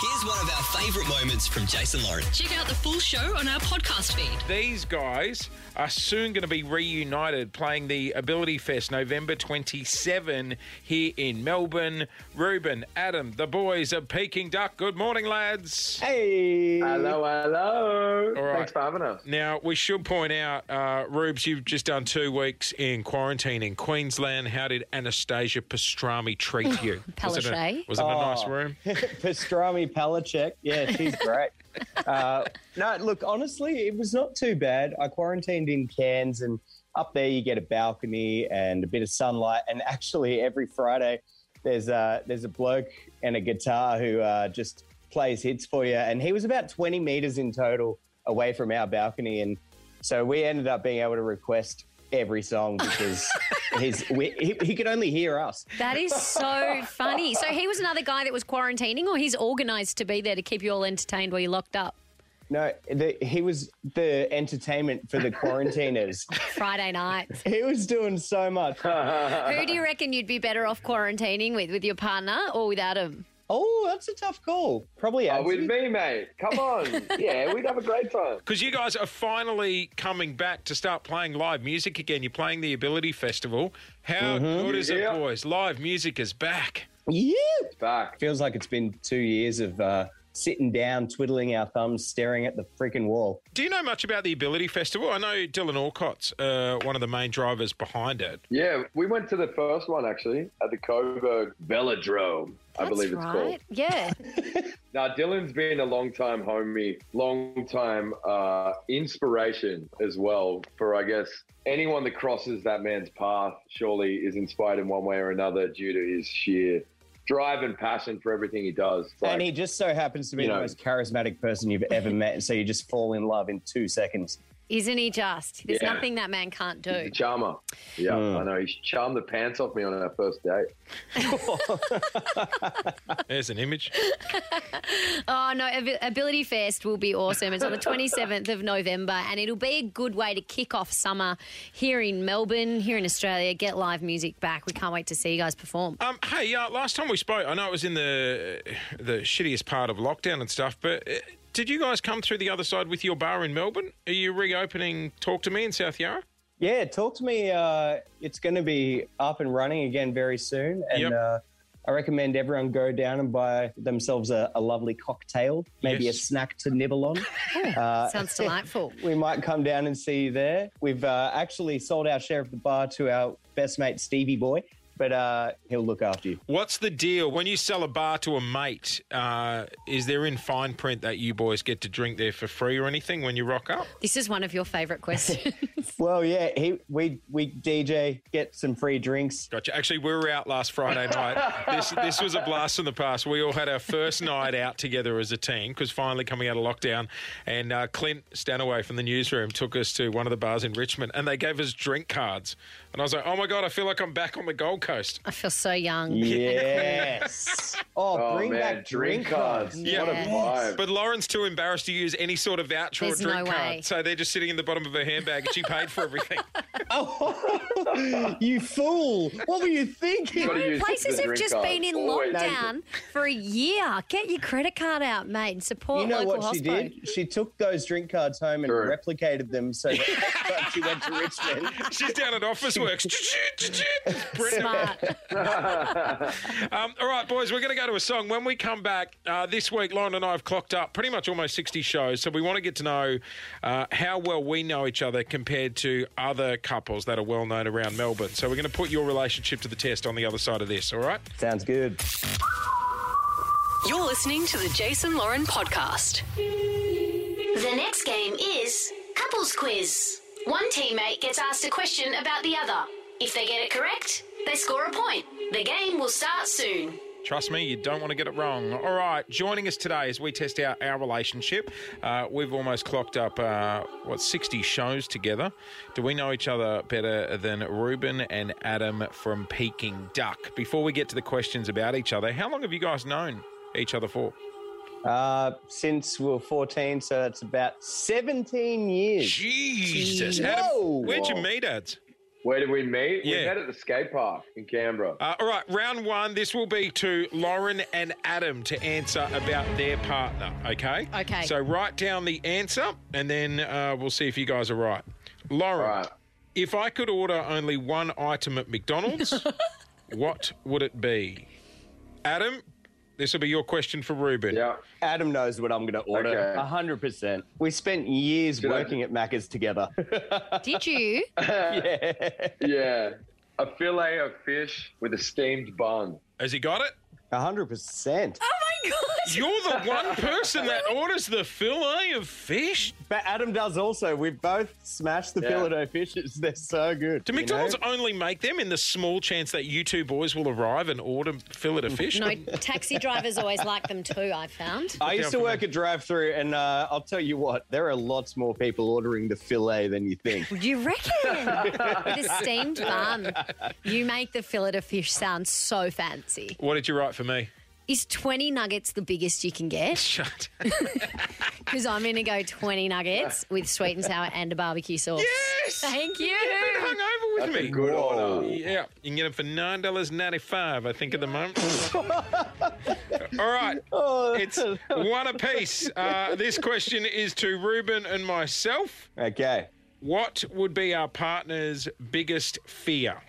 Here's one of our favourite moments from Jason Lauren. Check out the full show on our podcast feed. These guys are soon going to be reunited playing the Ability Fest November 27 here in Melbourne. Ruben, Adam, the boys of Peking Duck, good morning, lads. Hey. Hello, hello. All right. Thanks for having us. Now, we should point out, uh, Rubes, you've just done two weeks in quarantine in Queensland. How did Anastasia Pastrami treat you? was it a, Palaszczuk. was it a nice Oh. room? Pastrami Palachek. Yeah, she's great. uh, no, look, honestly, it was not too bad. I quarantined in Cairns, and up there you get a balcony and a bit of sunlight. And actually, every Friday there's a there's a bloke and a guitar who uh, just plays hits for you. And he was about 20 meters in total away from our balcony, and so we ended up being able to request every song because his we, he, he could only hear us. That is so funny. So he was another guy that was quarantining, or he's organised to be there to keep you all entertained while you're locked up No, the, he was the entertainment for the quarantiners. Friday nights. he was doing so much. Who do you reckon you'd be better off quarantining with, with your partner or without him? Oh, that's a tough call. Probably Oh, with Anthony. me, mate. Come on. yeah, we'd have a great time. Because you guys are finally coming back to start playing live music again. You're playing the Ability Festival. How Mm-hmm. good is Yeah. it, boys? Live music is back. Yeah. Back. Feels like it's been two years of uh, sitting down, twiddling our thumbs, staring at the freaking wall. Do you know much about the Ability Festival? I know Dylan Alcott's uh, one of the main drivers behind it. Yeah, we went to the first one actually at the Coburg Velodrome, I believe it's called. Yeah. Now, Dylan's been a long time homie, long time uh, inspiration as well for, I guess, anyone that crosses that man's path surely is inspired in one way or another due to his sheer drive and passion for everything he does. It's like- and he just so happens to be you the know. most charismatic person you've ever met. And so you just fall in love in two seconds. Isn't he just? There's Yeah. nothing that man can't He's do. a charmer. Yeah, Mm. I know. He charmed the pants off me on our first date. There's an image. Oh, no. Ab- Ability Fest will be awesome. It's on the 27th of November, and it'll be a good way to kick off summer here in Melbourne, here in Australia. Get live music back. We can't wait to see you guys perform. Um, hey, uh, last time we spoke, I know it was in the the shittiest part of lockdown and stuff, but uh, did you guys come through the other side with your bar in Melbourne? Are you reopening Talk to Me in South Yarra? Yeah, talk to me. Uh, it's going to be up and running again very soon, and Yep. uh, I recommend everyone go down and buy themselves a, a lovely cocktail, maybe Yes. a snack to nibble on. uh, Sounds delightful. we might come down and see you there. We've uh, actually sold our share of the bar to our best mate Stevie Boy, but uh, he'll look after you. What's the deal when you sell a bar to a mate? Uh, is there in fine print that you boys get to drink there for free or anything when you rock up? This is one of your favourite questions. Well, yeah, he we we DJ get some free drinks. Gotcha. Actually, we were out last Friday night. this this was a blast from the past. We all had our first night out together as a team because finally coming out of lockdown, and uh, Clint Stanaway from the newsroom took us to one of the bars in Richmond, and they gave us drink cards, and I was like, oh my god, I feel like I'm back on the Gold Coast. I feel so young. Yes. oh, Oh, bring man, back drink, cards. What a Yes. vibe. But Lauren's too embarrassed to use any sort of voucher There's or drink no card, way. so they're just sitting in the bottom of her handbag, and she paid for everything. Oh, you fool! What were you thinking? Gotta use Places the have drink just card. been in Always. lockdown for a year. Get your credit card out, mate, and support You know local what she hospo. did? She took those drink cards home and True. replicated them so that next time she went to Richmond. She's down at Office Works. Brenda, Smart. Um, all right, boys, we're going to go to a song. When we come back uh, this week, Lauren and I have clocked up pretty much almost 60 shows, so we want to get to know uh, how well we know each other compared to other couples that are well known around Melbourne. So we're going to put your relationship to the test on the other side of this, all right? Sounds good. You're listening to the Jason Lauren podcast. The next game is Couples Quiz. One teammate gets asked a question about the other. If they get it correct, they score a point. The game will start soon. Trust me, you don't want to get it wrong. All right, joining us today as we test out our relationship, uh, we've almost clocked up, uh, what, 60 shows together. Do we know each other better than Ruben and Adam from Peking Duck? Before we get to the questions about each other, how long have you guys known each other for? Uh, since we were 14, so that's about 17 years. Jesus. Jeez. Adam, Whoa. where'd you meet, Ads? Where did we meet? Yeah. We met at the skate park in Canberra. Uh, all right, round one. This will be to Lauren and Adam to answer about their partner, okay? Okay. So write down the answer and then uh, we'll see if you guys are right. Lauren, All right. if I could order only one item at McDonald's, what would it be? Adam, this will be your question for Ruben. yeah. Adam knows what I'm going to order. Okay. A 100%. We spent years Did I- working at Macca's together. Did you? Oh, yeah. Yeah. A fillet of fish with a steamed bun. Has he got it? 100%. You're the one person that orders the fillet of fish. But Adam does also. We both smashed the Yeah. Philadelphia fishes. They're so good. Do you know? McDonald's only make them in the small chance that you two boys will arrive and order fillet of fish? No, taxi drivers always like them too, I've found. I used down to for work at drive through and uh, I'll tell you what, there are lots more people ordering the fillet than you think. You reckon? With a steamed bun. You make the fillet of fish sound so fancy. What did you write for me? Is 20 nuggets the biggest you can get? Shut. Because I'm going to go 20 nuggets with sweet and sour and a barbecue sauce. Yes! Thank Been you. hung over with That's a me. good order. Yeah, you can get them for nine dollars ninety-five. I think at the moment. All right, Oh, it's one apiece. Uh, this question is to Ruben and myself. okay. What would be our partner's biggest fear?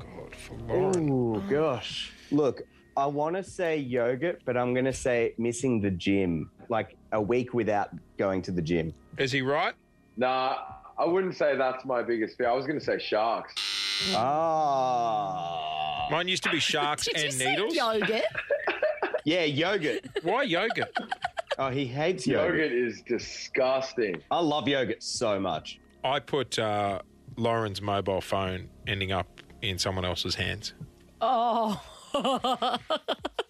Oh God, for Lauren. Oh, gosh. Look, I want to say yogurt, but I'm going to say missing the gym. Like a week without going to the gym. Is he right? Nah, I wouldn't say that's my biggest fear. I was going to say sharks. Hmm. Ah. Mine used to be sharks Did you and say needles. yogurt? Yeah, yogurt. Why yogurt? Oh, he hates yogurt. Yogurt is disgusting. I love yogurt so much. I put uh, Lauren's mobile phone ending up in someone else's hands. Oh,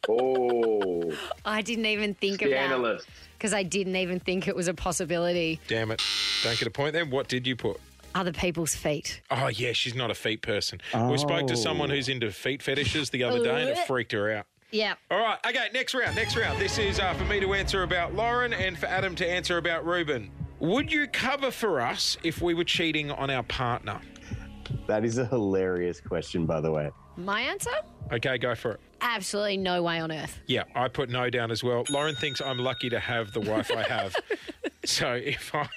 Oh, I didn't even think of that. scandalous. Because I didn't even think it was a possibility. Damn it! Don't get a point then. What did you put? Other people's feet. Oh yeah, she's not a feet person. We spoke to someone who's into feet fetishes the other day, and it freaked her out. Yeah. All right, okay, next round, next round. This is uh, for me to answer about Lauren and for Adam to answer about Ruben. Would you cover for us if we were cheating on our partner? That is a hilarious question, by the way. My answer? Okay, go for it. Absolutely no way on earth. Yeah, I put no down as well. Lauren thinks I'm lucky to have the wife I have. So if I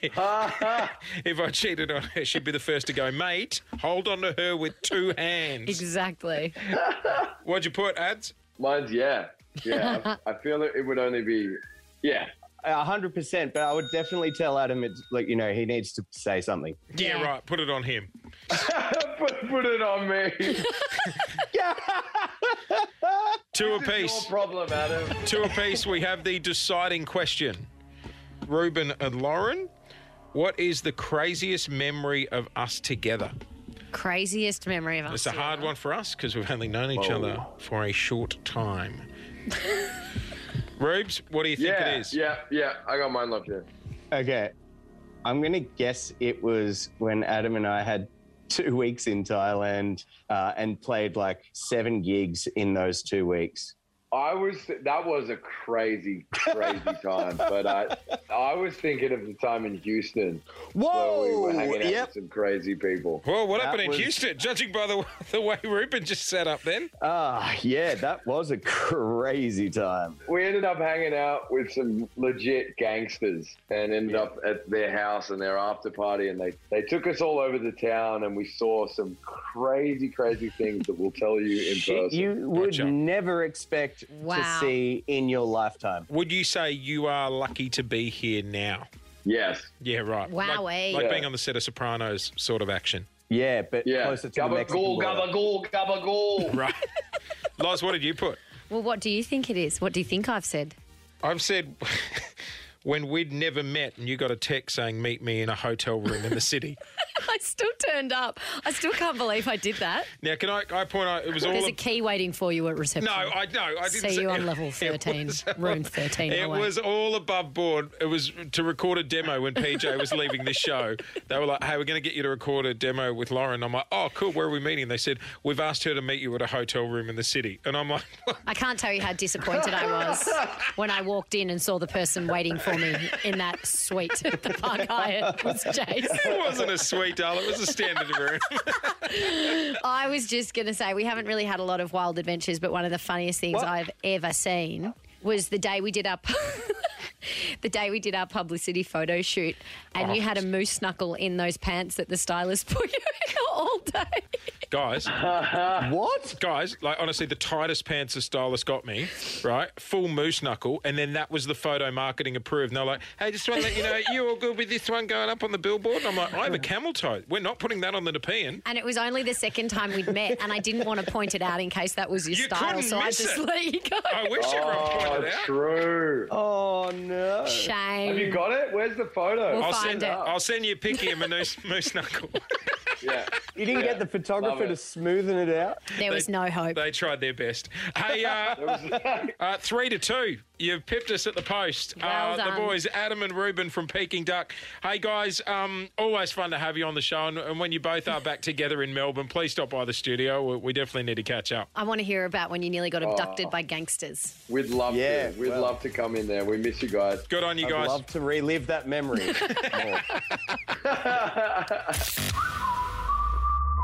if I cheated on her, she'd be the first to go, mate. Hold on to her with two hands. Exactly. What'd you put, ads? Mine's yeah. Yeah. I I feel it, it would only be, yeah. A hundred percent, but I would definitely tell Adam it's like you know he needs to say something. Yeah, Yeah. right. Put it on him. put, put it on me. Two Your apiece. problem, Adam. Two apiece. We have the deciding question. Ruben and Lauren, what is the craziest memory of us together? Craziest memory of us. It's a hard together. one for us because we've only known Oh. each other for a short time. Rubes, what do you think yeah, it is? yeah, yeah. I got mine locked in. Okay, I'm gonna guess it was when Adam and I had two weeks in Thailand uh, and played like seven gigs in those two weeks. I was that was a crazy, crazy time. But I, I was thinking of the time in Houston where we were hanging out Oh, yep. with some crazy people. Well, what That happened was- in Houston? Judging by the, the way Ruben just sat up then. Ah, yeah, that was a crazy time. We ended up hanging out with some legit gangsters and ended up at their house and their after party, and they they took us all over the town, and we saw some crazy, crazy things that we'll tell you in Shit person. you would Gotcha. never expect Wow. to see in your lifetime. Would you say you are lucky to be here now? yes, Yeah, right. Wowee. Like, like Yeah. being on the set of Sopranos sort of action. Yeah, but yeah. closer to the Mexican gabagool, border. gabagool, gabagool. Right. Loz, what did you put? Well, what do you think it is? What do you think I've said? I've said when we'd never met and you got a text saying, meet me in a hotel room in the city. I still turned up. I still can't believe I did that. Now, can I, I point out it was all. There's a- a key waiting for you at reception. no, I no, I didn't See say- you on level it 13, was- room 13. It Oh, wait. was all above board. It was to record a demo when PJ was leaving the show. They were like, "Hey, we're going to get you to record a demo with Lauren." I'm like, "Oh, cool. Where are we meeting?" They said, "We've asked her to meet you at a hotel room in the city." And I'm like, I can't tell you how disappointed I was when I walked in and saw the person waiting for me in that suite at the Park Hyatt was Jace. "It wasn't a sweet, darling. It was a standard of error. I was just going to say, we haven't really had a lot of wild adventures, but one of the funniest things What? I've ever seen was the day we did our. The day we did our publicity photo shoot, and you had a moose knuckle in those pants that the stylist put you in all day. guys, What? guys, like honestly, the tightest pants the stylist got me, right? Full moose knuckle, and then that was the photo marketing approved. And they're like, "Hey, just want to let you know, you all good with this one going up on the billboard?" And I'm like, "I have a camel toe. We're not putting that on the Nepean." And it was only the second time we'd met, and I didn't want to point it out in case that was your You style, couldn't so I miss just it. let you go. I wish everyone Oh, pointed out. true. Oh no! Shame. Have you got it? Where's the photo? We'll I'll find send. it. I'll send you a picky of a moose, moose knuckle. Yeah. You didn't get the photographer Love it. to smoothen it out. there was no hope. They tried their best. Hey, uh, uh, three to two. You've pipped us at the post. Well uh, done. The boys, Adam and Ruben from Peking Duck. Hey, guys, um, always fun to have you on the show. And, and when you both are back together in Melbourne, please stop by the studio. We, we definitely need to catch up. I want to hear about when you nearly got Oh. abducted by gangsters. We'd love Yeah, to. We'd well. love to come in there. We miss you guys. Good on you I'd guys. love to relive that memory. Oh.